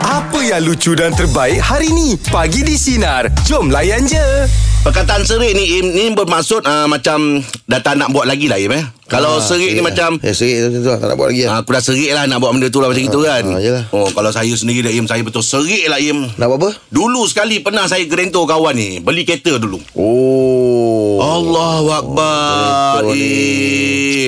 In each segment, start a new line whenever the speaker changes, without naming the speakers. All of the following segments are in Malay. Apa yang lucu dan terbaik hari ni? Pagi di Sinar. Jom layan je.
Perkataan serik ni Im, ni bermaksud uh, macam dah tak nak buat lagi lah Im eh. Kalau serik ni macam
Eh Ah, serik tu, tu lah Tak nak buat lagi
ah,
lah
aku dah serik lah nak buat benda tu lah macam gitu kan.
ah, yelah.
oh kalau saya sendiri dah Im saya betul serik lah Im.
Nak buat apa?
Dulu sekali pernah saya gerento kawan ni beli kereta dulu.
Oh
Allahu akbar.
gerento ni.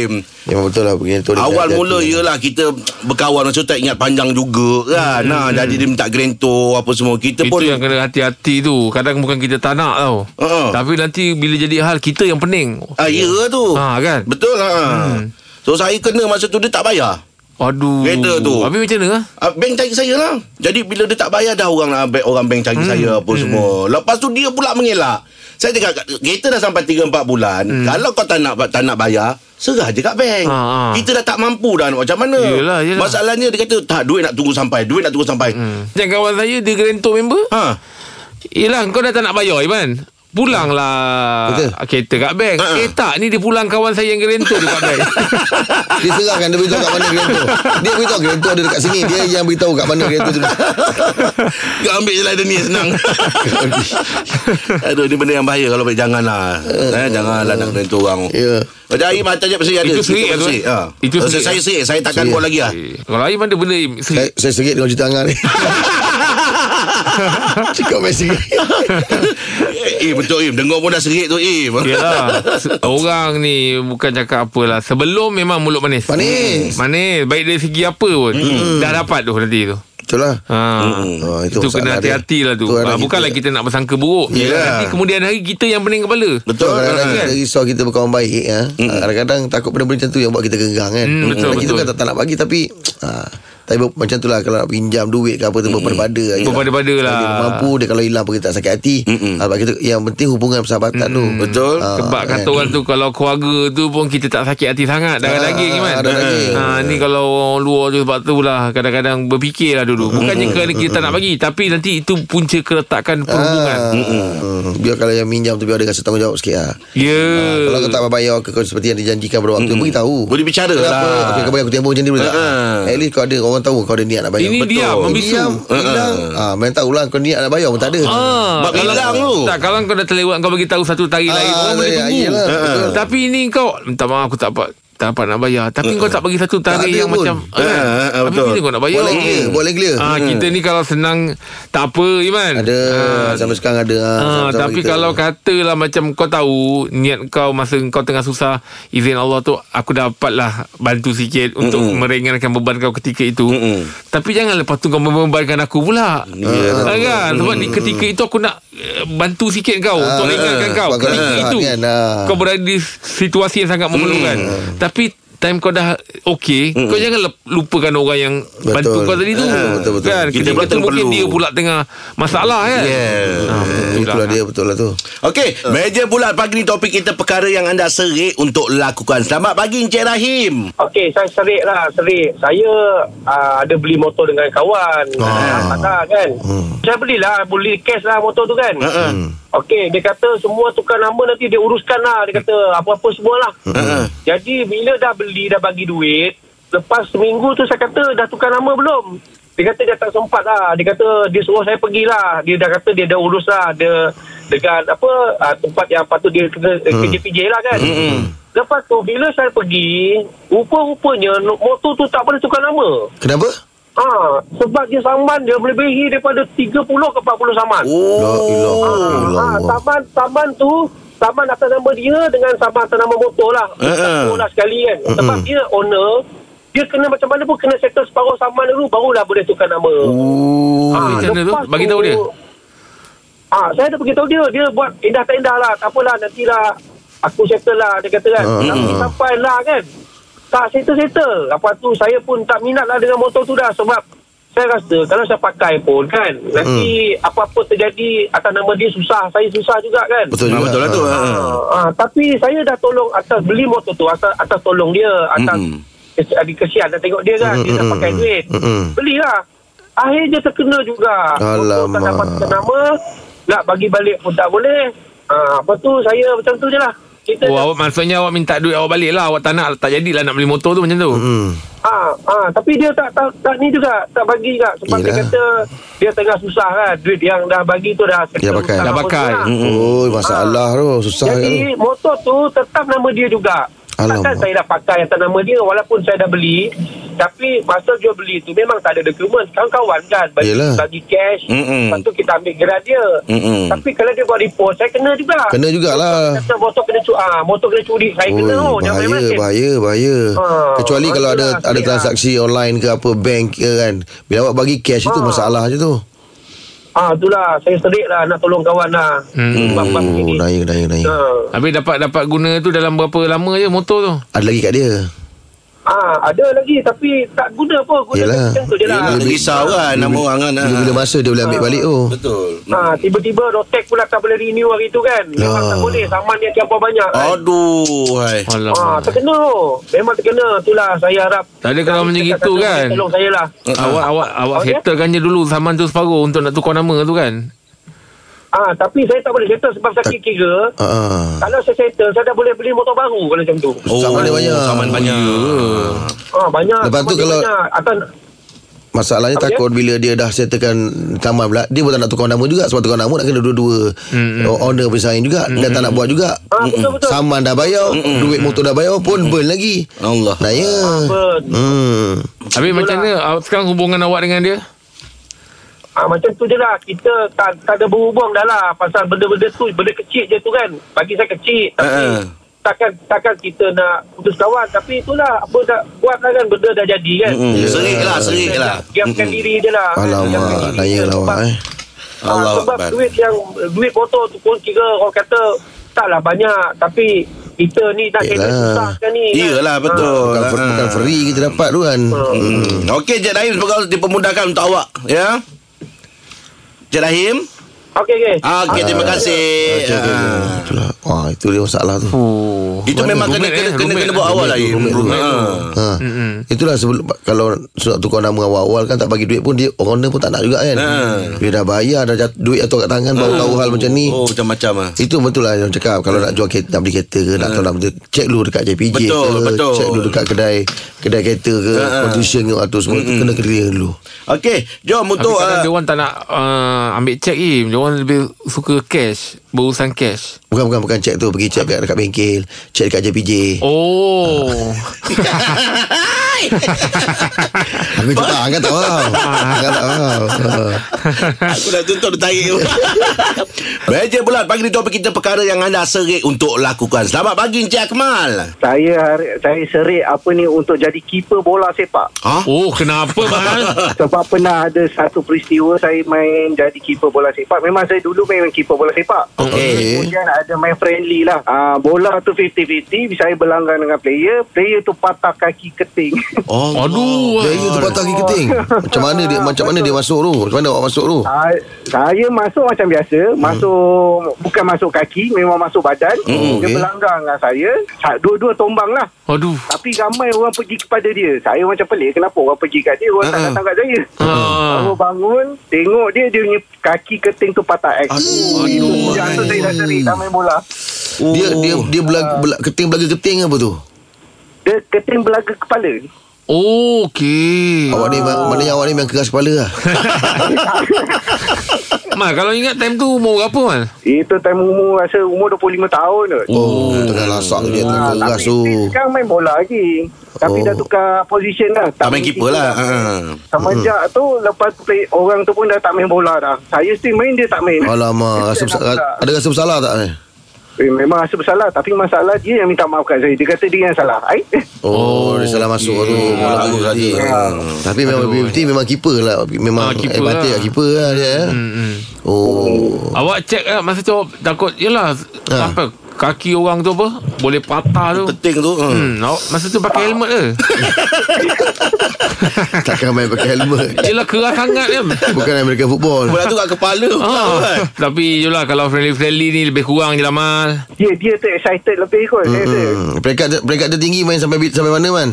Im.
Memang betul lah begini tu dia
Awal
kena
mula ya.
hati-hati.
ialah kita berkawan Maksud tak ingat panjang juga kan hmm. nah, Jadi dia minta gerento apa semua Kita
Itu
pun
yang kena hati-hati tu Kadang bukan kita tak nak tau
Uh-uh.
Tapi nanti bila jadi hal Kita yang pening
ah, Ya tu
Ha, kan?
Betul ha. Hmm. So saya kena masa tu dia tak bayar
Aduh
Kereta tu.
Habis macam mana? ha?
Uh, bank cari saya lah Jadi bila dia tak bayar dah Orang ah, bank, orang bank cari hmm. saya Apa hmm. semua Lepas tu dia pula mengelak Saya cakap Kereta dah sampai 3-4 bulan hmm. Kalau kau tak nak tak nak bayar Serah je kat bank
Ha, ha.
Kita dah tak mampu dah nak Macam mana
Yelah, yelah.
Masalahnya dia kata Tak duit nak tunggu sampai Duit nak tunggu sampai hmm.
Yang kawan saya Dia gerento member
Ha
Yelah kau dah tak nak bayar Iman Pulanglah
Betul.
Kereta kat bank
Ha.
Eh tak Ni dia pulang kawan saya yang gerento tu kat bank
Dia serahkan Dia beritahu kat mana Gerento Dia beritahu Gerento ada dekat sini Dia yang beritahu kat mana Gerento tu
Kau ambil je lah dia ni senang Aduh ni benda yang bahaya Kalau boleh janganlah eh, Janganlah nak kena tu orang
Ya.
Macam Aim macam pasal ada
Itu serik
Cerita pasal
tu, eh?
ha.
Itu
Pasal
serik,
Saya
eh?
serik Saya takkan
Serik.
buat lagi lah
Eh, Kalau Iman ada benda Im,
saya,
Seri
saya serik dengan cerita Angah ni Cakap main serik
Eh betul Im Dengar pun dah serik tu eh. Im
Yelah se- Orang ni Bukan cakap apalah Sebelum memang mulut manis
Manis.
Manis Baik dari segi apa pun Dah dapat tu nanti tu
Betul lah
Ha.
Ah,
itu,
itu masalah
itu kena
dia.
hati-hati lah tu.
Itu ada
Ha, bukanlah
kita.
kita nak bersangka buruk.
Yelah.
Nanti kemudian hari kita yang pening kepala.
Ya. Betul kadang-kadang
kan?
kita risau kita berkawan baik ha? Kadang-kadang takut benda-benda macam tu Yang buat kita genggang kan
Hmm, betul,
Kita
betul.
kan tak, tak nak bagi Tapi ha, Tapi ber- macam tu lah Kalau nak pinjam duit ke apa tu Berpada-pada je lah.
Berpada-pada lah.
Kalau dia mampu Dia kalau hilang pun kita tak sakit hati ha, sebab kita, Yang penting hubungan persahabatan tu Ah, kan?
Betul.
Sebab kata orang tu Kalau keluarga tu pun Kita tak sakit hati sangat Darah
eh. Ah,
daging kan
darah daging. Ya.
ha, Ni kalau orang luar tu Sebab tu lah Kadang-kadang berfikirlah
Hmm.
dulu Bukannya kerana kita tak nak bagi Tapi nanti itu punca keretakan perhubungan
Ah, mm, Biar kalau yang minjam tu Biar dia rasa tanggungjawab sikit lah.
Ya
Kalau kau tak bayar ke kau seperti yang dijanjikan pada waktu Beritahu
Boleh bicara
Kenapa
lah.
Okey, Kau bayar aku tempoh macam ni boleh tak
Ah.
At least kau ada Orang tahu kau ada niat nak bayar
Ini
Betul.
diam, membisu.
Diam Hilang Ah, Main tahulah kau niat nak bayar pun tak ada
Ah,
Bab hilang tu.
Tak kalau kau dah terlewat Kau bagi tahu satu tarik
Ah,
lain Orang boleh
saya-
tunggu
yelah, betul.
Tapi ini kau Minta maaf aku tak dapat Tak dapat nak bayar Tapi kau tak bagi satu
Ha, Tak
tarik
ada
Yang
pun.
macam
Ah,
kan?
ah, ah,
Tapi
betul.
bila kau nak bayar
Boleh clear Boleh clear Hmm.
Ah, kita ni kalau senang tak apa Iman.
Ada
Ah,
Sampai sekarang ada ah,
Ha,
sama-sama
tapi
kita.
kalau katalah macam kau tahu niat kau masa kau tengah susah izin Allah tu aku dapatlah bantu sikit untuk mm meringankan beban kau ketika itu.
Mm-mm.
Tapi jangan lepas tu kau membebankan aku pula.
Ya.
Ha, kan sebab di ketika itu aku nak eh, bantu sikit kau untuk ringankan kau
Ah, sebab kau
ketika
nak
itu.
kan, ah.
Kau berada di situasi yang sangat memerlukan. Tapi time kau dah okey kau jangan lep- lupakan orang yang
Betul.
bantu kau tadi tu.
Ah, betul, betul.
Kan
Kita
kita,
pula tengah
mungkin
perlu.
dia pula tengah masalah kan.
Yeah.
Ha, betul
Eh, Itulah
lah.
dia betul lah tu
Okey, meja bulat pagi ni topik kita perkara yang anda serik untuk lakukan. Selamat pagi Encik Rahim.
Okey, saya serik lah, serik. Saya uh, ada beli motor dengan kawan. Ah. Ah, kan? Hmm. Saya belilah, beli cash lah motor tu kan.
Hmm.
Okey, dia kata semua tukar nama nanti dia uruskan lah. Dia kata apa-apa semua lah.
Hmm.
Jadi, bila dah beli, dah bagi duit, lepas seminggu tu saya kata dah tukar nama belum? Dia kata dia tak sempat lah. Dia kata dia suruh saya pergilah. Dia dah kata dia dah urus lah. Dia dengan apa ah, tempat yang patut dia kena hmm. kerja PJ lah kan. Hmm. Lepas tu bila saya pergi Rupa-rupanya no- motor tu tak boleh tukar nama
Kenapa?
ha, Sebab dia saman dia melebihi daripada 30 ke 40 saman
La ilah
ha, Saman, saman tu Saman atas nama dia dengan saman atas nama motor lah
eh.
uh lah sekali kan Sebab dia owner Dia kena macam mana pun kena settle separuh saman dulu Barulah boleh tukar nama
Oh, Ah,
Macam mana tu? Bagi tahu dia.
Ah, saya dah beritahu dia, dia buat indah tak indah lah. Tak apalah, nantilah aku settle lah dia kata kan.
Ah.
Tapi
Hmm.
sampai lah kan. Tak settle-settle. Lepas tu saya pun tak minat lah dengan motor tu dah sebab saya rasa kalau saya pakai pun kan nanti
Hmm.
apa-apa terjadi atas nama dia susah, saya susah juga kan.
Betul juga
Ah, betul lah tu.
Ah.
Ha.
Ah, ah, tapi saya dah tolong atas beli motor tu atas atas tolong dia atas
Mm-mm.
kes- adik kesian dah tengok dia kan dia dah
Mm-mm.
pakai duit.
Mm-mm.
Belilah. Akhirnya terkena juga. Motor
Alamak.
Tak dapat nama nak bagi balik pun tak boleh. Ah, apa tu saya macam tu je lah. Kita
Oh,
dah-
awak maksudnya awak minta duit awak balik lah. Awak tak nak, tak jadilah nak beli motor tu macam tu. Hmm.
Ah, ah, tapi dia tak, tak tak ni juga, tak bagi juga sebab dia
Yelah.
kata dia tengah susah kan. Duit yang dah bagi tu dah
Dia pakai.
hutang
Dah
apa lah.
pakai.
semua.
Oh, masalah tu. Susah kan? kat tu.
Jadi motor tu tetap nama dia juga.
Alamak.
Takkan saya dah pakai atas nama dia walaupun saya dah beli. Tapi masa jual beli tu memang tak ada dokumen. Kawan-kawan kan bagi,
Yelah.
bagi cash.
Mm-mm.
Lepas tu kita ambil gerak dia.
Mm-mm.
Tapi kalau dia buat report saya kena juga.
Kena jugalah.
Kata motor kena curi. Ah, motor kena curi. Saya kena.
Oh,
Oh, jangan
bahaya,
main-main.
bahaya, bahaya.
Ah,
Kecuali kalau ada
masalah
ada
sikit lah.
transaksi online ke apa bank ke kan. Bila awak bagi cash itu
Ah.
masalah je tu.
Ah, itulah. Saya serik lah nak tolong kawan lah. Hmm.
Oh, naik, naik, naik.
Ah.
Habis dapat dapat guna tu dalam berapa lama je motor tu?
Ada lagi kat dia.
Ah, ada lagi tapi tak guna pun. Guna
Yelah.
macam tu je lah.
Yelah, nak risau kan nama orang kan. ah.
Bila-bila masa dia boleh ambil balik oh. tu.
Betul.
Ha, tiba-tiba Rotek pula tak boleh renew hari tu kan. Memang
Lah.
tak boleh. Saman dia terlampau banyak kan.
Oh, Aduh, hai.
Ha,
Alamak.
terkena tu. Memang terkena. Itulah saya harap.
Tak ada kalau
Saya
macam
cakap
gitu
satu,
kan.
Tolong saya lah.
Awak awak awak
Okey.
settlekan je dulu saman tu separuh untuk nak tukar nama tu kan.
Ah, tapi saya tak boleh settle sebab saya kira
Ha. ah.
kalau saya settle saya dah boleh beli motor baru kalau macam tu.
Oh,
Saman dia banyak.
Saman banyak.
Ah, banyak.
Lepas tu
Makin
kalau-
banyak. Atas
Masalahnya
Apa
takut bila dia dah settlekan taman pula Dia pun tak nak tukar nama juga Sebab tukar nama nak kena dua-dua mm Owner pun sign juga Dan tak nak buat juga
Ah, betul betul.
Saman dah bayar Duit motor dah bayar pun burn lagi
Allah.
Naya
Burn.
hmm.
Habis macam mana awak- sekarang hubungan awak dengan dia?
Ah, macam tu je lah Kita tak, tak ada berhubung dah lah Pasal benda-benda tu Benda kecil je tu kan Bagi saya kecil Tapi
Ah, ah.
takkan, takkan kita nak putus kawan Tapi itulah Apa dah buat lah kan Benda dah jadi kan
Mm-mm. Serik lah, serik
Kita
lah.
nak Diamkan
Mm-mm.
diri je lah Diamkan
Alamak
diri
Naya
je.
lah awak
Sebab-
eh
ah,
Allah
Sebab
Akbar.
duit yang Duit motor tu pun Kira orang kata Taklah banyak Tapi Kita ni dah kena
Yelah.
susah sekarang ni kan?
Iyalah, betul.
Bukan,
Ah.
bukan free kita dapat tu kan
Hmm. Okey, Cik Rahim, semoga dipermudahkan untuk awak. Ya? Cik Rahim?
Ah. Okey okey
Ah, Okey, terima kasih.
Okey, okey,
Ah.
okey. Itulah. Wah, itu dia masalah tu
Oh.
Itu
Mana?
memang kena kena
Roommate, eh?
kena,
Roommate,
kena buat awal lah. Im.
roommate, roommate.
Ah.
Ha. Itulah sebelum kalau surat tukar nama awal-awal kan tak bagi duit pun dia orang owner pun tak nak juga kan.
Ha.
Dia dah bayar dah jat, duit atau kat tangan baru tahu hal macam ni.
Oh, macam-macam ah.
Itu betul lah yang cakap Kalau nak jual kereta Nak beli kereta ke Nak tahu nak benda Cek dulu dekat JPJ
Ha. Betul,
ke
betul.
Cek dulu dekat kedai Kedai kereta
Ha,
ke
hmm. ha.
Construction ke Atau semua tu Kena clear dulu
Okey, jom
Tapi
untuk
kadang
ah,
dia orang tak nak uh, ambil cek im. Dia orang lebih suka cash, berurusan cash.
Bukan bukan bukan cek tu Pergi cek dekat, dekat bengkel Cek dekat JPJ
Oh.
Aku cakap Angkat tak faham Angkat tak faham
Aku dah tuntut dia tarik tu. Meja bulat pagi ni topik kita perkara yang anda serik untuk lakukan. Selamat pagi Encik Akmal.
Saya hari- saya serik apa ni untuk jadi keeper bola sepak.
Ha?
oh, kenapa bang?
Ah.
Sebab pernah ada satu peristiwa saya main jadi keeper bola sepak. Memang saya dulu main keeper bola sepak.
Okey
Kemudian ada main friendly lah. Ah bola tu 50-50, saya berlanggan dengan player, player tu patah kaki keting.
Oh.
Aduh.
Dia tu patah kaki keting Macam mana dia Macam mana dia masuk tu Macam mana awak masuk tu
Ah, saya masuk macam biasa, masuk bukan masuk kaki, memang masuk badan.
Hmm,
dia
okey.
berlanggan dengan saya, Sa- dua-dua tombang lah.
Aduh.
Tapi ramai orang pergi kepada dia. Saya macam pelik kenapa orang pergi kat dia, orang tak
Ha-ha.
datang kat saya.
Hmm.
Ah.
Bangun bangun Tengok dia Dia punya kaki keting tu patah X
Aduh.
Itu yang tu saya dah seri Tak main bola
Oh.
Dia dia dia belag, belag, keting belaga keting apa tu
Dia keting belaga kepala
Oh, okey.
Awak ni ma- Maknanya awak ni memang keras kepala lah
Mal, kalau ingat time tu umur berapa, Mal?
Itu time umur Rasa umur 25 tahun tu
Oh, tengah lasak tu dia
Ah,
tengah keras
tapi
tu.
dia sekarang main bola lagi Tapi
Oh.
dah tukar position dah
Tak main keeper lah. Ha.
Semenjak tu Lepas tu play Orang tu pun dah tak main bola dah Saya still main Dia tak main
Alamak, rasa bersa- ra- ada rasa bersalah tak ni?
eh, Memang rasa bersalah Tapi masalah dia yang minta maafkan saya Dia kata dia yang salah Ai?
Oh,
Oh,
dia salah masuk tu. Bola
Ah,
bagus
tadi.
tadi. Tapi memang PPT memang keeper lah.
Ah,
Memang eh,
keeper
batik
lah.
lah keeper lah dia. eh.
Hmm.
Oh.
Awak cek lah masa tu awak takut Yelah
Ha.
ha. apa kaki orang tu apa boleh patah tu.
Keting tu. ha.
Hmm, awak masa tu pakai helmet ke?
Takkan main pakai helmet.
Yelah keras sangat kan.
Bukan American football.
Bola tu kat kepala. kan?
Ha. Tapi yelah kalau friendly-friendly ni lebih kurang je lah Mal.
Dia dia tu excited lebih kot Saya tu
Hmm. Peringkat dia- peringkat dia tinggi main sampai bi- sampai mana man?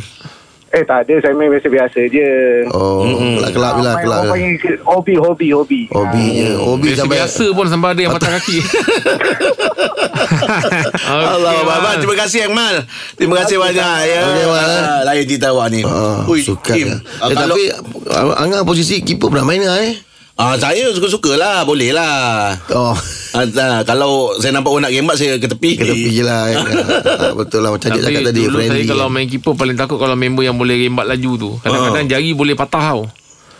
Eh tak ada Saya main biasa-biasa je
Oh, kelak-kelak je lah,
Ah, main-
kelak
orang
je.
panggil ke- Hobi Hobi Hobi
Hobi je. Hobi
Biasa,
sampai
biasa pun sampai ada yang patah kaki. okay,
Allah Abang Abang Terima kasih Akmal Terima kasih banyak ya.
Okey, Mal, eh.
Ah, Lain cerita awak ni
Ah,
Ui,
sukan
Kim,
lah.
ah,
eh,
kalau-
tapi Angah posisi keeper pernah main lah eh.
Ah saya suka-suka lah boleh lah.
Oh.
Ah, ah, kalau saya nampak orang nak gembat saya ke tepi.
Kena pergi lah eh. ah, Betul lah Macam Jack
Tapi
cakap tadi
dulu saya
friendly.
kalau main keeper paling takut kalau member yang boleh rembat laju tu.
Ah.
Kadang-kadang jari boleh patah tau.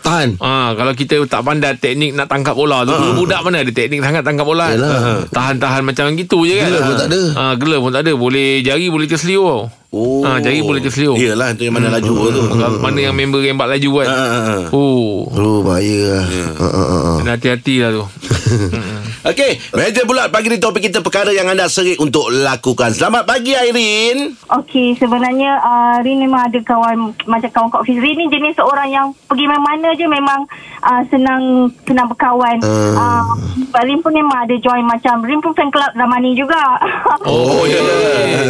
Tahan
Ha, kalau kita tak pandai teknik nak tangkap bola tu. Dulu budak mana ada teknik sangat tangkap bola.
Ha. Yalah.
Ha, Tahan-tahan macam gitu je kan.
Gelar pun
Ha.
tak ada.
Ha, gelar pun tak ada. Boleh jari boleh terselio tau.
Oh.
Ah,
Ha, jari boleh terselio.
Ya.
Yeah.
Oh. Iyalah tu yang mana laju tu.
Mana yang member rembat laju kan.
Ha.
Ah, ah, ah.
Oh,
Oh bahaya lah Ah, ah, ah, ah.
kena hati-hati lah tu.
Ha.
Okey, meja bulat pagi ni topik kita perkara yang anda serik untuk lakukan. Selamat pagi Airin.
Okey, sebenarnya uh, Rin memang ada kawan macam kawan Kak Fiz. Rin ni jenis seorang yang pergi mana-mana je memang uh, senang senang berkawan.
Hmm.
Uh. Uh, Rin pun memang ada join macam Rin pun fan club Ramani juga.
Oh, ya.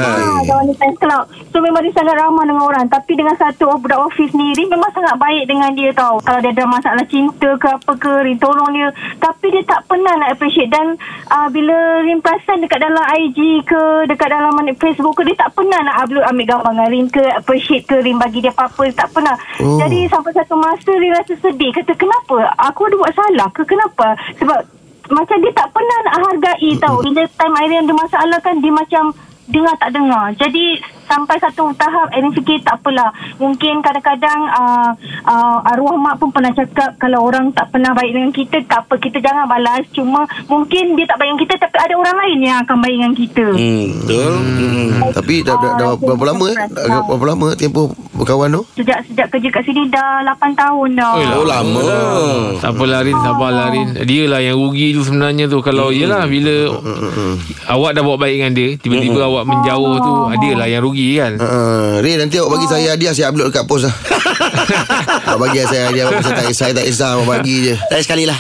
Ah, kawan ni fan club. So memang dia sangat ramah dengan orang. Tapi dengan satu orang budak office ni, Rin memang sangat baik dengan dia tau. Kalau dia ada masalah cinta ke apa ke, Rin tolong dia. Tapi dia tak pernah nak appreciate. Dan uh, bila Rin perasan dekat dalam IG ke, dekat dalam mana- Facebook ke, dia tak pernah nak upload ambil gambar dengan Rin ke, appreciate ke, Rin bagi dia apa-apa. Dia tak pernah.
Oh.
Oh. Jadi sampai satu masa Rin rasa sedih. Kata kenapa? Aku ada buat salah ke? Kenapa? Sebab macam dia tak pernah nak hargai tau bila time Airin ada masalah kan dia macam dengar tak dengar jadi sampai satu tahap Airin fikir tak apalah mungkin kadang-kadang uh, uh, arwah mak pun pernah cakap kalau orang tak pernah baik dengan kita tak apa kita jangan balas cuma mungkin dia tak baik dengan kita tapi ada orang lain yang akan baik dengan kita
Mm.
hmm.
Betul. Hmm.
Tapi dah, dah, dah
Ah,
berapa lama eh
dia
Dah Berapa lama tempoh berkawan tu
sejak sejak kerja kat sini dah 8 tahun dah
Oi, lah.
Oh lama.
Tak apalah Rin Sabarlah Rin Dia lah yang rugi tu sebenarnya tu
Hmm.
Kalau mm. yelah bila Awak dah buat baik dengan dia
Hmm,
Tiba-tiba awak menjauh tu ah, Dia lah yang rugi kan
Uh, Ray nanti awak bagi saya hadiah Saya upload dekat post lah Awak bagi saya hadiah awak, Saya tak kisah Saya tak kisah Awak bagi je
Saya sekali lah.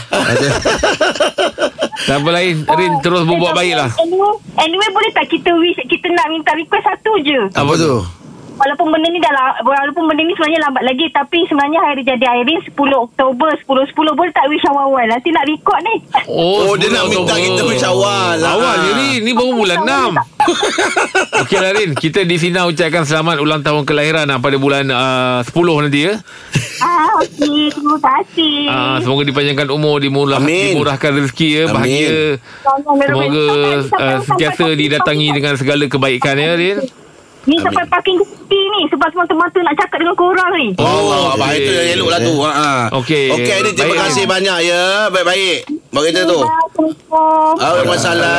Tak apalah Rin Rin terus berbuat baik lah
Oh, eh, anyway, anyway boleh tak kita wish kita nak minta request satu je
Apa tu
Walaupun benda ni dah la- Walaupun benda ni sebenarnya lambat lagi Tapi sebenarnya hari jadi Airin 10 Oktober 10-10 Boleh tak wish awal-awal Nanti nak record ni
Oh, dia nak minta kita wish awal lah.
Awal je Rin Ni baru bulan 6 Okey lah Rin Kita di sini ucapkan selamat ulang tahun kelahiran ah, Pada bulan uh, 10 nanti ya
ah, Okey Terima kasih
Ah, Semoga dipanjangkan umur dimurah,
Amin.
Dimurahkan rezeki ya
Amin.
Bahagia Semoga uh, sentiasa didatangi dengan segala kebaikan ya Rin
Ni sampai parking tepi ni Sebab semata-mata nak cakap dengan korang ni
Oh, Allah, abang
okey.
itu yang elok lah tu. Ha, Ha.
Okey.
Okey, Airin terima
Baik,
kasih
Airin.
banyak ya. Baik-baik. Buat kita tu.
Assalamualaikum.
Ah, masalah.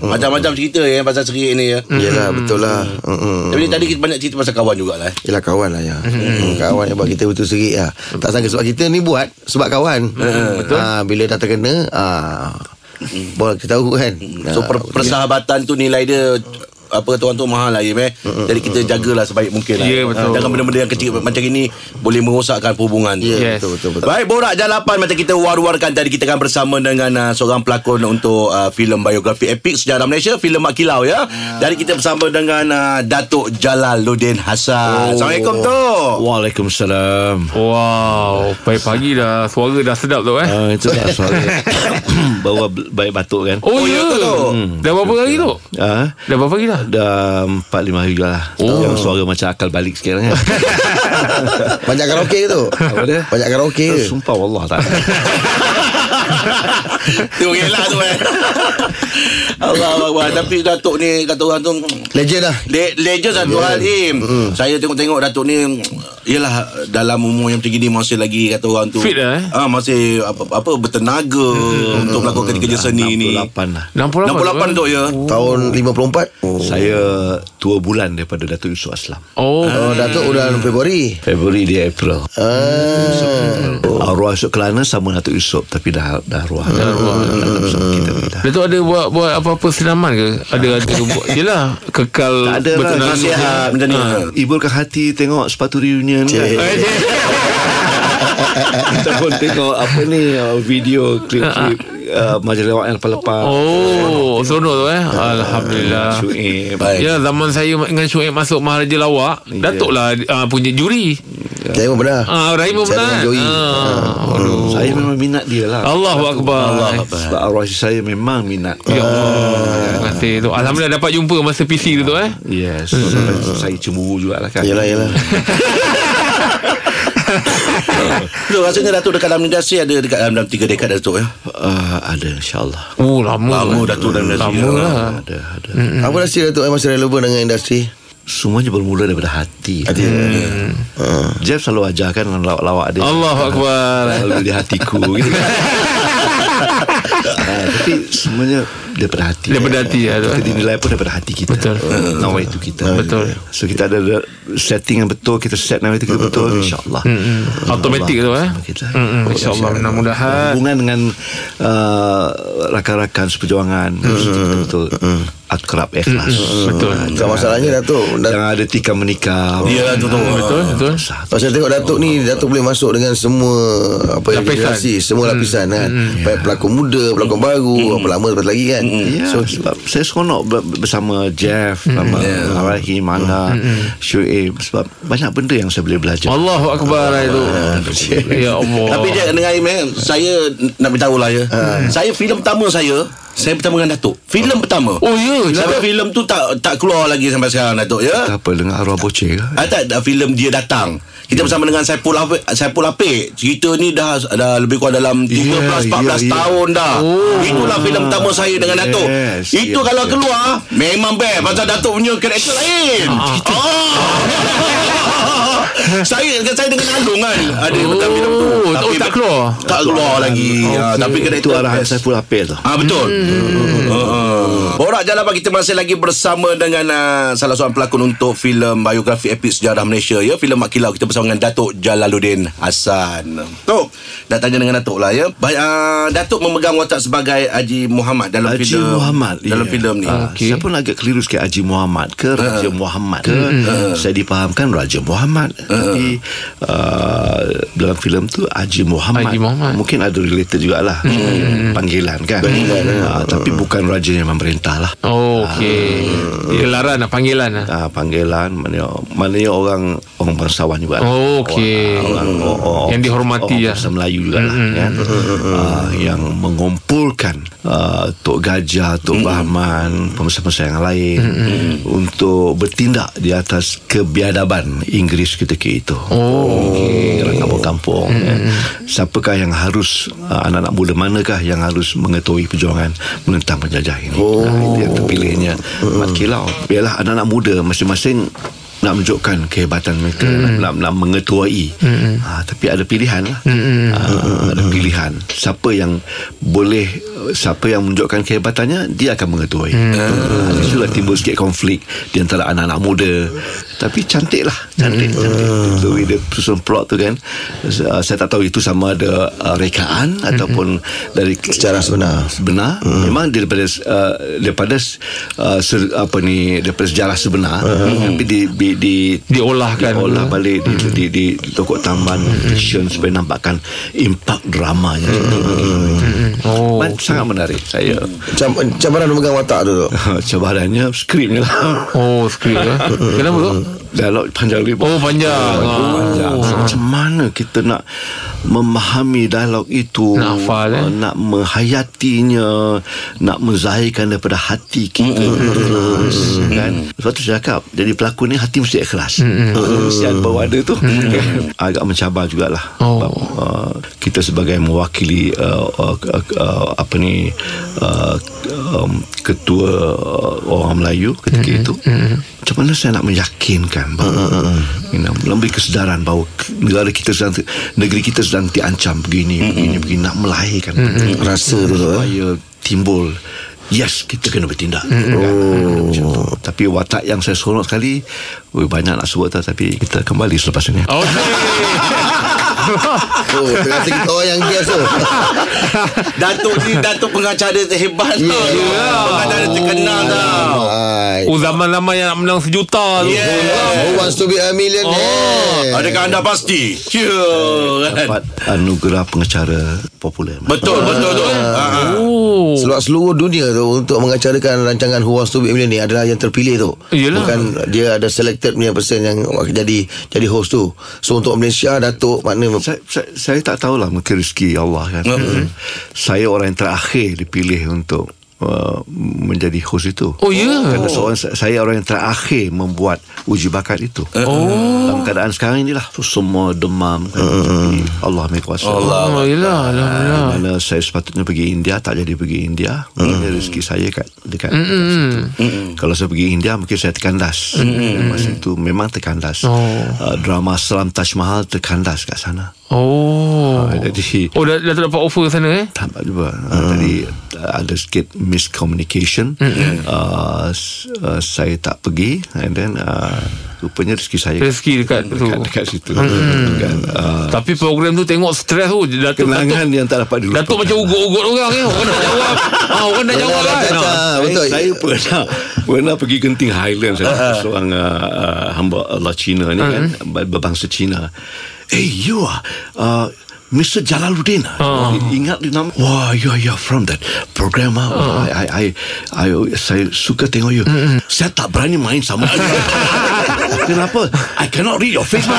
Macam-macam cerita ya pasal serik ni ya.
Yelah betul lah Mm-mm.
Tapi tadi kita banyak cerita pasal kawan jugalah. eh.
Yelah kawan lah ya hmm. Kawan yang buat kita betul serik lah Tak sangka sebab kita ni buat Sebab kawan hmm. Betul ha, Bila dah terkena ha, Boleh kita tahu kan
So per-
Ah,
persahabatan tu nilai dia apa kata orang tu mahal lah ya eh. Jadi kita jagalah sebaik mungkin lah.
Ya, betul.
Ah, Jangan benda-benda yang kecil macam ini boleh merosakkan hubungan.
Ya
Yes.
betul betul, betul.
Baik Borak Jalapan Macam kita war-warkan tadi Kita akan bersama dengan uh, Seorang pelakon untuk uh, Filem biografi Epic Sejarah Malaysia Filem Mak Kilau ya
Ah.
Dari kita bersama dengan uh, Datuk Jalaluddin Hassan oh. Assalamualaikum tu
Waalaikumsalam.
Wow, pagi-pagi dah suara dah sedap tu eh.
Ah itu lah soal bawa baik batuk kan.
oh, ya.
tu, tu.
Hmm. Dah berapa hari tu?
Ah
Dah berapa hari dah?
dah 4 5 hari juga lah. Oh. Yang suara macam akal balik sekarang kan.
Banyak karaoke ke tu
Apa dia?
Banyak karaoke ke?
Eh, Sumpah Allah tak.
Tu
lah
gelak tu eh Allah Allah Tapi Datuk ni Kata orang tu
Legend lah
Le- Legend satu yeah. hal Im mm. Saya tengok-tengok Datuk ni Yelah Dalam umur yang macam gini Masih lagi kata orang tu
Fit lah, eh? Hmm.
ah, Masih apa, apa Bertenaga mm. Untuk melakukan kerja seni ni
68 lah.
68.
68 Datuk ya
Tahun 54 oh.
Saya tua bulan daripada Datuk Yusof Aslam.
Oh.
oh, Datuk udah Februari
Februari dia April.
ah.
Oh. Arwah Yusuf Kelana sama Datuk Yusof tapi dah dah arwah. Dah arwah. Dah, dah, kita ni dah.
Datuk ada buat buat apa-apa senaman ke? Ada ada buat. Yalah, kekal
Tak ada lah
bertenang-
nasihat macam ni.
Iburkan hati tengok sepatu reunion kan.
Eh, je.
Kita pun tengok apa ni uh, video klip-klip uh, majalah wak yang lepas-lepas.
Oh, seronok tu eh. Alhamdulillah.
Syuib.
Ya, zaman saya dengan Syuib masuk Maharaja Lawak, Datuk lah uh, punya juri.
Saya pun pernah
Ah, Rahim pun
Saya
pernah.
dengan Joey.
Ah,
Oh.
aduh.
Saya memang minat dia lah. Ah,
Allahu akbar.
Sebab arwah isteri saya memang minat.
Ya Allah. Terima kasih tu. Alhamdulillah dapat jumpa masa PC tu tu eh.
Yes. So, saya cemburu jugalah kan.
Yelah yelah
Betul rasanya Datuk dekat dalam industri ada dekat dalam, dalam tiga dekad Datuk ya.
Uh, ada insyaAllah.
Oh, lama.
Lama Datuk dalam industri.
Lama lah.
Ada, ada.
Apa rasa Datuk yang masih relevan dengan industri
Semuanya bermula daripada hati.
Hati
Uh. Jeff selalu ajarkan dengan lawak-lawak dia.
Allahu akbar.
Selalu di hatiku gitu. Ah, tapi semuanya daripada hati
Daripada hati, ya, tu,
Kita
eh.
dinilai pun daripada hati kita
Betul.
Ah, Nawa itu kita
Betul.
So kita ada ada setting yang betul Kita set nawa itu kita betul InsyaAllah
hmm. Automatik tu eh.
Kita.
Mm-mm, InsyaAllah mudah-mudahan.
lah. Hubungan dengan uh, Rakan-rakan seperjuangan Betul-betul Akrab ikhlas
Betul.
Tak masalahnya Datuk Datuk
Jangan ada tikam menikah
Yalah tu tu.
Betul, betul.
Pasal tengok Datuk ni Datuk boleh masuk dengan semua Apa yang
Lapisan. Mm-hmm.
generasi Semua lapisan kan Baik pelakon muda Pelakon baru Apa lama lepas lagi kan
Mm-hmm.
Ya,
So
so, sebab saya seronok ber- bersama Jeff, sama yeah. Rahim, Angga, Syuib sebab banyak benda yang saya boleh belajar.
Allahu akbar
Ah,
itu. Ya Allah.
Tapi dia dengan Aim eh, saya nak beritahu lah ya. Saya filem pertama saya, saya pertama dengan Datuk. Filem pertama.
Oh ya,
Sampai filem tu tak tak keluar lagi sampai sekarang Datuk ya.
Tak apa dengan arwah bocil ke?
Ah, tak, dah filem dia datang.
Hmm.
Kita bersama dengan Saipul Apik, Saipul Apik. Cerita ni dah dah lebih kurang dalam 13
Yeah,
14
yeah, yeah.
tahun dah.
Oh.
Itulah filem pertama saya dengan
ya, Yes,
Datuk. Itu
yes,
kalau
yes.
keluar memang best pasal Datuk punya karakter lain.
Ah,
Oh. saya dengan saya dengan Alung kan ada
Oh.
tentang filem tu.
Oh, tak keluar?
Tak keluar lagi. Ya, tapi karakter
itu arahan
best.
saya pun apel tu.
Ah betul. Hmm. Uh, Borak Jalan Pagi kita masih lagi bersama dengan uh, salah seorang pelakon untuk filem biografi epik sejarah Malaysia ya, filem Mak Kilau kita bersama dengan Datuk Jalaluddin Hassan. Tok, dah tanya dengan Datuk lah ya. Ba- uh, Datuk memegang watak sebagai Haji Muhammad dalam
Haji
filem
Muhammad
dalam
ya.
filem ni.
Ah,
Okey.
Saya pun agak keliru sikit Haji Muhammad ke Raja Muhammad ke Ah. Saya dipahamkan Raja Muhammad Tapi uh, Dalam filem tu Haji Muhammad
Haji Muhammad.
Mungkin ada related jugalah Panggilan kan Ah, Tapi bukan Raja yang memerintah lah
Oh, okey. Gelaran lah, panggilan lah.
Ah, panggilan mana mana orang orang bangsawan juga.
Oh, okey.
Orang, orang, orang, orang,
Yang dihormati
orang
ya. Mm-hmm.
bangsa Melayu juga lah kan. Ah, yang mengumpulkan ah, Tok Gajah, Tok
Mm-hmm.
Bahman, pembesar-pembesar yang lain untuk bertindak di atas kebiadaban Inggeris ketika itu. Oh, okey. Orang kampung-kampung. Kan? Siapakah yang harus ah, anak-anak muda manakah yang harus mengetahui perjuangan menentang penjajah ini? Oh, Hmm. itu yang terpilihnya Mat Kilau. Biarlah anak-anak muda masing-masing nak menunjukkan kehebatan mereka mm-hmm. nak, nak mengetuai mm-hmm. ha, tapi ada pilihan lah mm-hmm. ha, ada pilihan siapa yang boleh siapa yang menunjukkan kehebatannya dia akan mengetuai mm-hmm. ha, itulah timbul sikit konflik di antara anak-anak muda tapi cantik lah cantik cantik so dia susun plot tu kan uh, saya tak tahu itu sama ada uh, rekaan mm-hmm. ataupun dari
Secara sebenar.
benar hmm. memang daripada uh, daripada uh, ser, apa ni daripada sejarah sebenar hmm. tapi di di, di
Diolahkan.
diolah balik di, di, di, tokok tambahan fiction supaya nampakkan impak dramanya hmm.
Oh.
Man, sangat menarik saya
Macam Macam mana dia memegang watak tu Datuk
cabarannya skripnya lah
Oh, skrip lah. Kenapa tu?
dialog panjang lebar
Oh, panjang.
panjang.
Oh.
So, Macam mana kita nak memahami dialog itu
Nak hafal, eh?
uh, Nak menghayatinya Nak menzahirkan daripada hati kita Ikhlas kan? Sebab tu saya cakap Jadi pelakon ni hati mesti ikhlas mm-hmm. Mesti ada bawah ada tu Agak mencabar jugalah
Oh.
Sebab, uh, Kita sebagai mewakili uh, uh, uh, uh, Apa ni uh, um, Ketua uh, orang Melayu ketika mm-hmm. itu Macam mana saya nak meyakinkan bahawa you know, Lebih kesedaran bahawa ke- negara kita sedang Negeri kita sedang diancam begini Begini, begini Nak melahirkan
Rasa tu tu eh.
Supaya timbul Yes, kita kena bertindak oh. Macam tu. Tapi watak yang saya
Oh,
seronok sekali oi, Banyak nak sebut tau Tapi kita kembali selepas ini
Okey.
Oh, terasa kita orang yang bias tu.
Datuk ni Datuk pengacara hebat yeah. tau
Yeah.
Pengacara terkenal tau
Hai.
Oh zaman-zaman yang nak menang sejuta tu.
Ya.
Yeah
Who wants to be a
Oh,
millionaire?
Adakah anda pasti? Ya, Sure
Dapat anugerah pengacara popular Mas.
Betul betul tu
Oh.
Sebab seluruh dunia tu untuk mengacarakan rancangan Who Wants to Be a Millionaire adalah yang terpilih tu.
Yelah.
Bukan dia ada selected punya person yang jadi jadi host tu. So untuk Malaysia Datuk makna
saya, saya, saya tak tahulah mungkin rezeki Allah kan. Mm-hmm. Saya orang yang terakhir dipilih untuk uh, menjadi host itu.
Oh, ya?
Kerana seorang saya orang yang terakhir membuat uji bakat itu. Oh. Dalam keadaan sekarang inilah semua demam kan. Jadi, Allah Maha Kuasa.
Allah.
Oh, yelah alhamdulillah.
Mana saya sepatutnya pergi India tak jadi pergi India. Ini rezeki saya kat dekat.
Hmm.
Mm-mm. Kalau saya pergi India mungkin saya terkandas. Mm-mm. Masa itu memang terkandas.
Oh.
Uh, drama Selam Taj Mahal terkandas kat sana.
Oh.
Ah, jadi
Oh dah, dah dapat offer sana eh?
tambah juga uh. tadi uh, ada sikit miscommunication uh, s- uh, saya tak pergi and then uh, rupanya rezeki saya
Rezeki dekat tu.
dekat, dekat situ mm. kan, uh,
Tapi program tu tengok stres tu. Datuk
kenangan
Datuk,
yang tak dapat dilupakan
Datuk macam ugut-ugut orang ni. Orang nak jawab. Ah, orang nak jawab kan. Ah.
Ah,
saya,
betul.
saya pernah pernah pergi Genting Highland saya uh-huh. seorang uh, uh, hamba Allah Cina ni uh-huh. kan ber- berbangsa Cina. Eh hey, you are uh, Mr. Jalaluddin
Ah.
uh. Ingat di nama Wah you are, you are from that program uh. I, I, I, I, Saya suka tengok you mm-hmm. Saya tak berani main sama you Kenapa I cannot read your face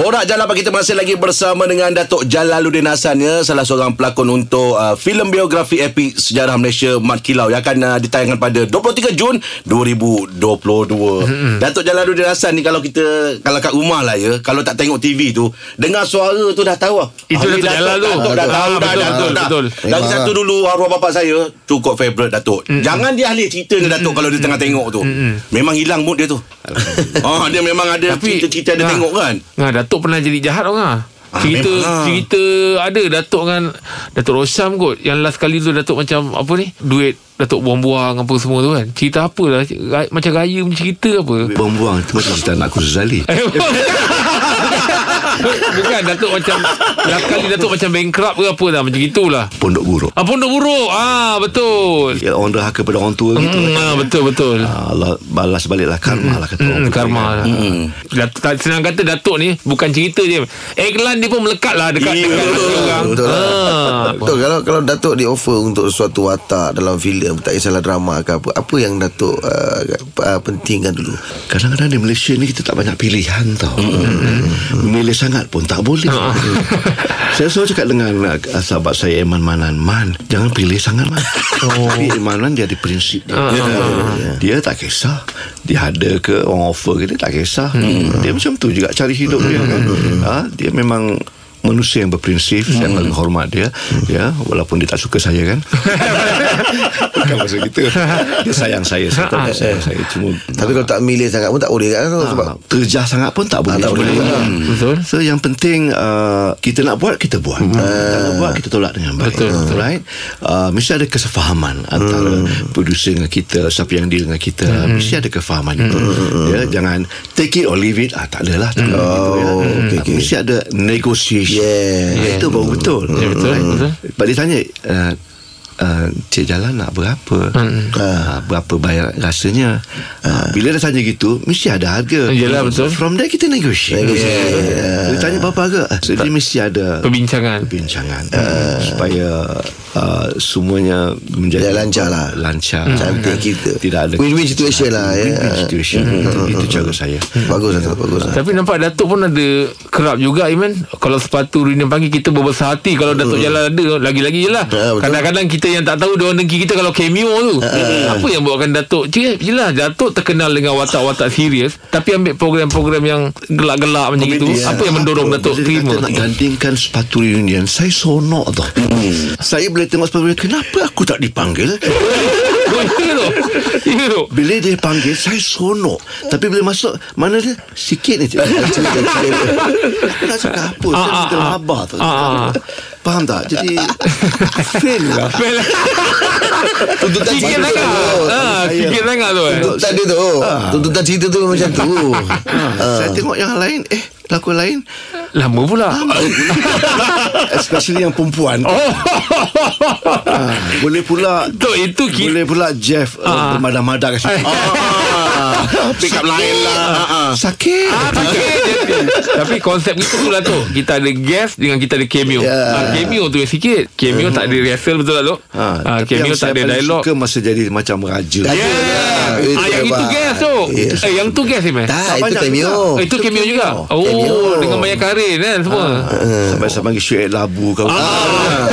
Orang jalan apa kita masih lagi bersama dengan Datuk Jalaluddin Hasan ya, salah seorang pelakon untuk uh, filem biografi epik sejarah Malaysia Mat Kilau yang akan uh, ditayangkan pada 23 Jun 2022. Mm-hmm. Datuk Jalaluddin Hasan ni kalau kita kalau kat rumah lah ya, kalau tak tengok TV tu, dengar suara tu dah tahu. ah.
Itu
Ah, ni
Datuk Jalal tu.
Datuk dah
Ah,
tahu dah
betul,
dah,
betul,
dah.
betul.
Lagi
Memang
satu
lah.
dulu arwah bapak saya cukup favorite Datuk. Jangan dia ahli cerita ni Datuk kalau dia tengah tengok tu. Memang hilang mood dia tu. Ah dia memang ada
Tapi-
cerita-cerita dia
Ah.
tengok kan.
Nah, Datuk pernah jadi jahat orang ah. Cerita
memang lah.
cerita ada Datuk dengan Datuk Rosam kot Yang last kali tu Datuk macam Apa ni Duit Datuk buang-buang Apa semua tu kan Cerita apa lah Ra- Macam raya punya cerita apa
Buang-buang Itu macam cerita anak Kuzali
Eh, bukan. Bukan Datuk macam Last kali Datuk macam bankrupt ke apa lah Macam itulah
Pondok buruk
Ah, pondok buruk. Ah, betul.
Ya, Orang derhaka pada orang tua gitu
Hmm,
lah.
ah, betul betul.
Ah, Allah balas baliklah karma lah kata orang
Hmm,
Putih kan.
karma lah. Datuk, tak- senang kata Datuk ni bukan cerita je. Iklan dia pun melekat lah dekat,
Ya,
dekat
betul.
hati orang.
Betul lah.
Ah.
Betul kalau kalau Datuk di offer untuk suatu watak dalam filem tak kisahlah drama ke apa apa yang Datuk uh, uh, pentingkan dulu.
Hmm.
Kadang-kadang di Malaysia ni kita tak banyak pilihan tau. Mm. Ah. Milih sangat pun tak boleh. saya selalu cakap dengan uh, sahabat saya Iman Manan, Man, jangan pilih sangat Man. Oh. Tapi Iman Manan dia ada prinsip dia.
Ah,
dia tak kisah. Dia ada ke orang offer ke dia tak kisah. Dia macam tu juga cari hidup dia kan. Ha, dia memang manusia yang berprinsip saya paling hormat dia ya walaupun dia tak suka saya kan bukan maksud gitu dia sayang saya saya tahu dia sayang saya cuma
Tapi kalau tak milih sangat pun tak boleh kan
Ah,
Datuk? sebab
sebab terjah sangat pun tak boleh.
Ah, tak boleh juga.
Hmm.
Betul.
So yang penting uh, kita nak buat kita buat. Hmm. Kalau buat kita tolak dengan baik.
Betul. Hmm.
Right? Uh, mesti ada kesefahaman antara producer dengan kita, siapa yang deal dengan kita. Mesti ada kefahaman itu.
Hmm.
Ya, jangan take it or leave it. Ah tak adalah. Tak ada gitu, ya.
Oh, okay,
Ah,
okay.
Mesti ada negotiation.
Yeah.
Ah, Itu baru betul.
Ya, betul, betul.
Sebab dia tanya uh, uh, Cik Jalan nak berapa
Hmm. Ah.
uh, Berapa bayar rasanya uh, Bila dah tanya gitu Mesti ada harga
Yelah, betul.
From there kita negotiate
Negotiate.
yeah. Dia tanya berapa harga Ah, So dia mesti ada
Perbincangan.
Perbincangan
Ah.
uh, Supaya uh, Semuanya menjadi
Dia lancar lah.
Lancar
Cantik kita.
Tidak ada
Win-win situation lah, ya.
Win-win situation itu, itu cara saya
bagus lah, Datuk bagus. Datuk.
Tapi nampak Datuk pun ada kerap juga Iman Kalau sepatu Rina panggil kita berbesar hati Kalau Datuk Jalal ada Lagi-lagi je lah
Ya, betul.
Kadang-kadang kita yang tak tahu Diorang dengki kita kalau cameo tu Apa yang buatkan Datuk Cik eh, Yelah Datuk terkenal dengan watak-watak serius Tapi ambil program-program yang gelak-gelak macam itu Apa yang mendorong Datuk
Bila dia
terima
kata ah. nak gandingkan sepatu reunion Saya sonok tau
Hmm.
Saya boleh tengok sepatu reunion Kenapa aku tak dipanggil
Oh, Ya tu Ya tu
Bila dia panggil Saya sonok Tapi bila masuk Mana dia Sikit ni cik. Aku nak cakap apa Saya
Ah, ah,
minta
ah.
laba tu
Ah, ah.
Faham tak? Jadi fail lah.
Fail lah.
Tuntutan
Sikit
cerita
sangat.
tu.
Ha, sikit sangat tu. eh.
Tuntutan dia tu
Ah.
Tuntutan cerita tu macam tu Ah.
Saya tengok yang lain Eh pelakon lain
Lama pula.
Especially yang perempuan
Oh.
Ah, Boleh pula
Tu itu kita
Boleh pula Jeff
Ah.
uh, Bermadah-madah kat situ
ah, Pick up lain lah Ah, ah.
Sakit
Ah, pakai je. Tapi konsep kita tu lah tu Kita ada guest Dengan kita ada cameo yeah. ha, Cameo tu yang sikit Cameo tak ada rehearsal betul tak tu ha,
Ah, tapi
Cameo
yang
tak
saya
ada
paling
dialog
suka masa jadi macam raja
Raja.
Yeah.
lah. Itu
Ah, yang itu
hebat.
guest tu
Itu
Eh yang tu guest ni meh
Tak itu
banyak
cameo
Oh, itu cameo juga. Oh,
Cameo.
dengan Maya Karin kan semua.
Sampai saya panggil Syuib Labu kau ah.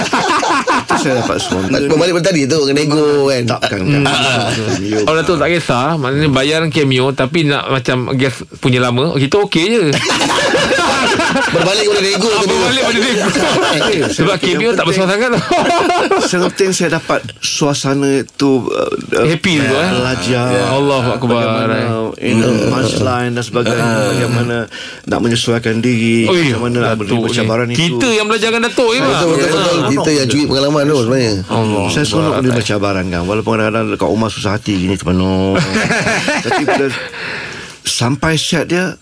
Itu saya dapat semua
Nak Berbalik pada tadi tu Kena ego kan
Takkan kan
Ah,
Cameo.
Orang tu tak kisah Maknanya bayaran cameo Tapi nak macam Guest punya lama Kita okey je
Berbalik kepada ego tu
Apa balik pada
Eh,
dia Sebab cameo tak besar sangat
Sangat penting saya dapat Suasana itu uh,
Happy tu eh
Belajar
Allah Akbar
Bagaimana In a punchline dan sebagainya Bagaimana Nak menyesuaikan
Eh,
diri
Oi,
Bagaimana nak
Datuk
menerima
ni.
cabaran itu
eh. Kita yang belajarkan Datuk
Ah,
ni Pak.
Betul-betul Kita yang curi pengalaman tu sebenarnya
Allah.
Saya seronok menerima cabaran kan Walaupun kadang-kadang Dekat rumah susah hati Gini macam mana Tapi bila Sampai set dia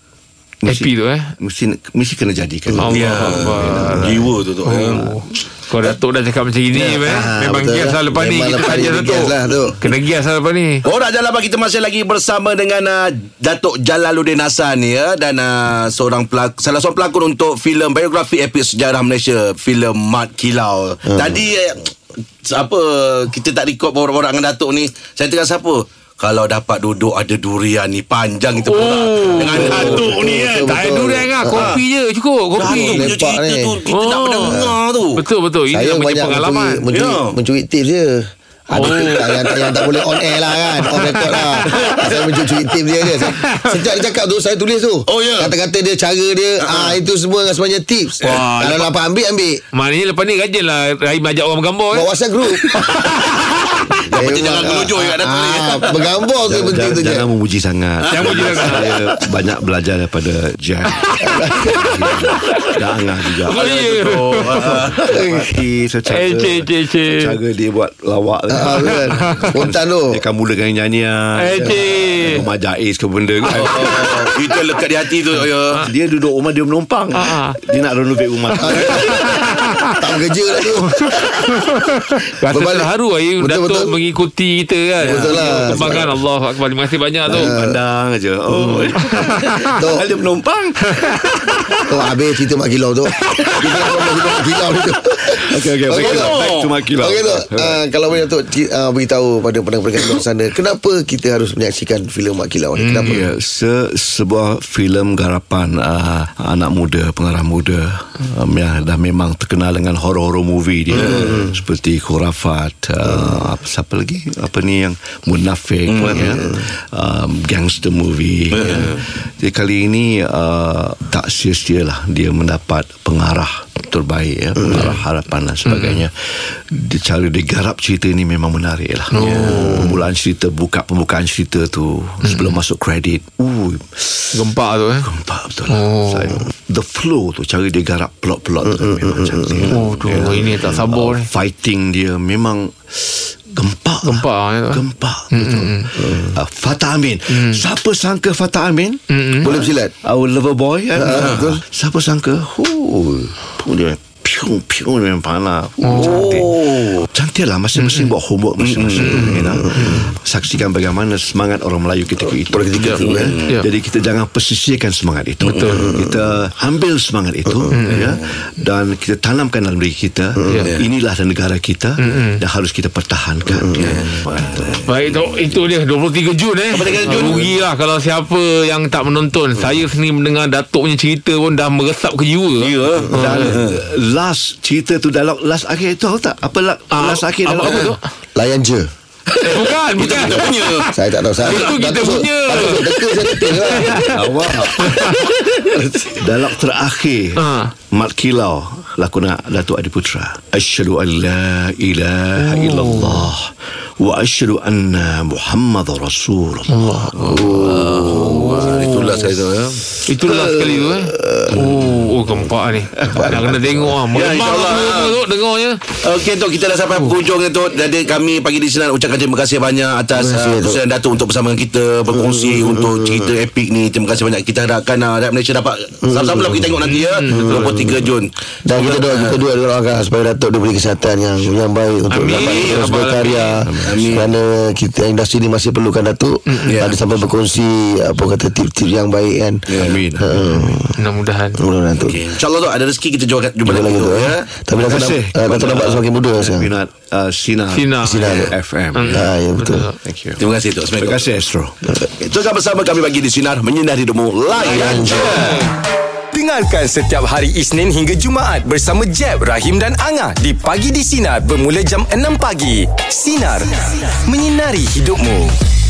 Happy tu
Ya.
eh.
Mesti mesti kena jadikan
Ya, Allah
Dia-
Akbar.
Jiwa ha. tu ya. tu
Oh. Kau Datuk dah cakap macam ini eh. Memang
Ya. betul
gias
lah.
lah lepas ni
Memang
Kita
lepas
tak
ni
ajar
gias lah, Datuk.
Datuk Kena gias lah lepas ni
Orang jalan apa kita masih lagi bersama dengan uh, Datuk Jalaluddin Hasan ya dan uh, seorang pelakon salah seorang pelakon untuk filem biografi epik sejarah Malaysia filem Mat Kilau. Hmm. Tadi eh, apa kita tak record borak-borak dengan Datuk ni. Saya tengah siapa? Kalau dapat duduk ada durian ni panjang kita borak
Oh.
dengan Datuk ni kan.
Betul. Ah.
Tak ada durian lah Kopi je cukup Kopi
Datuk punya
Lepak
cerita
ni.
tu kita tak pernah dengar tu.
Betul-betul Oh, Ini
Saya
yang punya
banyak
pengalaman
mencuri, mencuri,
Ya.
mencuri tips je ada oh. yang, yang tak boleh on air lah kan On record lah Saya mencuri tip dia je Saya- Sejak dia cakap tu Saya tulis tu
Oh, ya.
Kata-kata dia Cara dia ah Itu semua sebenarnya tips
Wah,
Kalau dapat ambil Ambil
Maknanya lepas ni rajin lah Rahim ajak orang gambar
Buat
eh.
WhatsApp group Memang,
macam jangan
ah,
gelojok kat Datuk ni.
ah, Bergambar tu
Jangan,
penting
jangan,
tu je
jangan memuji sangat
Jangan memuji sangat.
Saya banyak belajar daripada Jack Dan Angah juga
Oh, ya.
Betul. Ah, Mati secara
Eh, cik, cik, cik.
Cara dia buat lawak kan.
Ah, kan. Spontan tu
Dia akan mula dengan nyanyian
Eh, cik.
Rumah jais ke benda kan
Oh, itu yang lekat di hati tu ya.
Dia duduk rumah dia menumpang
Ah.
Dia nak renovate rumah
Ah, Tak bekerja lah tu
Rasa
Berbalik.
terharu lah you,
Betul,
Datuk
betul.
mengikuti kita kan
Betul lah.
Kembangkan Allah Akbar Terima kasih banyak tu
Pandang aja Oh
Hmm. Tok.
Dia menumpang
Tu habis cerita Mak Kilau tu Kita nak berbual cerita Mak Kilau tu
Okay okay Back,
Okey,
to-
Tok.
back to Makilah
Okey tu uh, Kalau boleh Datuk ci- uh, Beritahu pada pendengar-pendengar di luar sana Kenapa kita harus menyaksikan filem Mak Kilau ni Kenapa
Ya, se sebuah filem garapan uh, anak muda, pengarah muda um, yang dah memang terkenal dengan horror-horror movie dia seperti Khurafat, uh, apa siapa lagi? Apa ni yang Munafik ya. Um, gangster movie. Ya. Jadi kali ini uh, tak sia-sia lah dia mendapat pengarah terbaik ya, pengarah harapan dan sebagainya. Dia cara dia garap cerita ni memang menarik lah. Oh. Hmm. Permulaan cerita, buka pembukaan cerita tu sebelum masuk kredit. Uh,
Gempak tu eh
gempak betul lah. Oh. Saya, the flow tu, cara dia garap plot-plot tu kan memang cantik. lah.
Oh, tu,
Ya.
ini tak sabar eh.
Uh,
ni.
Fighting dia memang gempak. lah.
Gempak, ya.
Gempak. Betul. Uh, Fatah Amin. Siapa sangka Fatah Amin?
Boleh bersilat
Our lover boy kan? Betul. Siapa sangka? Oh, pun dia piung piung dia memang panah. Oh. Cantik. Cantik lah masing-masing buat homework masing-masing. You know? Saksikan bagaimana semangat orang Melayu ketika itu. Orang ketika itu kan.
Ya.
Jadi kita jangan pesisirkan semangat itu. Betul. Kita ambil semangat itu ya dan kita tanamkan dalam diri kita. ya. Inilah negara kita dan harus kita pertahankan. Ya.
Baik tu itu dia 23 Jun eh. 23 Jun. Rugilah kalau siapa yang tak menonton.
Hmm.
Saya sendiri mendengar Datuk punya cerita pun dah meresap ke jiwa. Ya.
lah.
Dan Eh, last cerita tu dialog last akhir tu tahu tak? Apa la,
Ah,
last akhir
apa,
dialog
apa tu?
Layan je
Eh, bukan, bukan.
Saya tak tahu saya,
Itu kita
Datuk Sok-
punya.
Datuk Sok teka saya teka lah
Awak. dialog terakhir.
Ah.
Mat Kilau lakonan Datuk Adi Putra. Oh. Asyhadu an la ilaha illallah wa asyhadu anna Muhammad Rasulullah.
Itulah Itulah sekali tu ya.
Itulah sekali tu eh. Oh, oh gempak ni. Nak kena tengok
Ya,
ah. Melemah
insyaAllah.
tu tu dengarnya.
Okey Tok kita dah sampai hujung ya Tok Dan kami pagi di sini ucapkan terima kasih Hmm. banyak atas uh, keputusan Datuk untuk bersama dengan kita berkongsi untuk cerita epik ni. Terima kasih banyak. Kita harapkan uh, Rakyat Malaysia dapat sama-sama lah kita tengok nanti ya 23 Jun.
Dan kita doa kita doa doakan supaya Datuk dia beri kesihatan yang yang baik untuk
Amin.
dapat terus
Abang
berkarya. Kerana kita industri ni masih perlukan Datuk
Ya.
ada sampai berkongsi apa kata tip-tip yang baik kan.
Amin.
Uh,
Mudah-mudahan.
mudah-mudahan Datuk.
Okey. Insya-Allah Tok ada rezeki kita jumpa, jumpa
Jumpa
lagi
lagi tu
Tok
ya.
ya.
Tapi Datuk nampak, uh, Datuk nampak semakin muda sekarang.
Minat uh, Sinar
Sinar.
Sinar.
FM
Ah, ya betul.
Thank you
Terima kasih Tok. Assalamualaikum.
Terima kasih Astro
Teruskan bersama kami bagi di sinar menyinari hidupmu layan je.
Dengarkan setiap hari Isnin hingga Jumaat bersama Jeb, Rahim dan Angah di Pagi di Sinar bermula jam 6 pagi. Sinar. Menyinari hidupmu.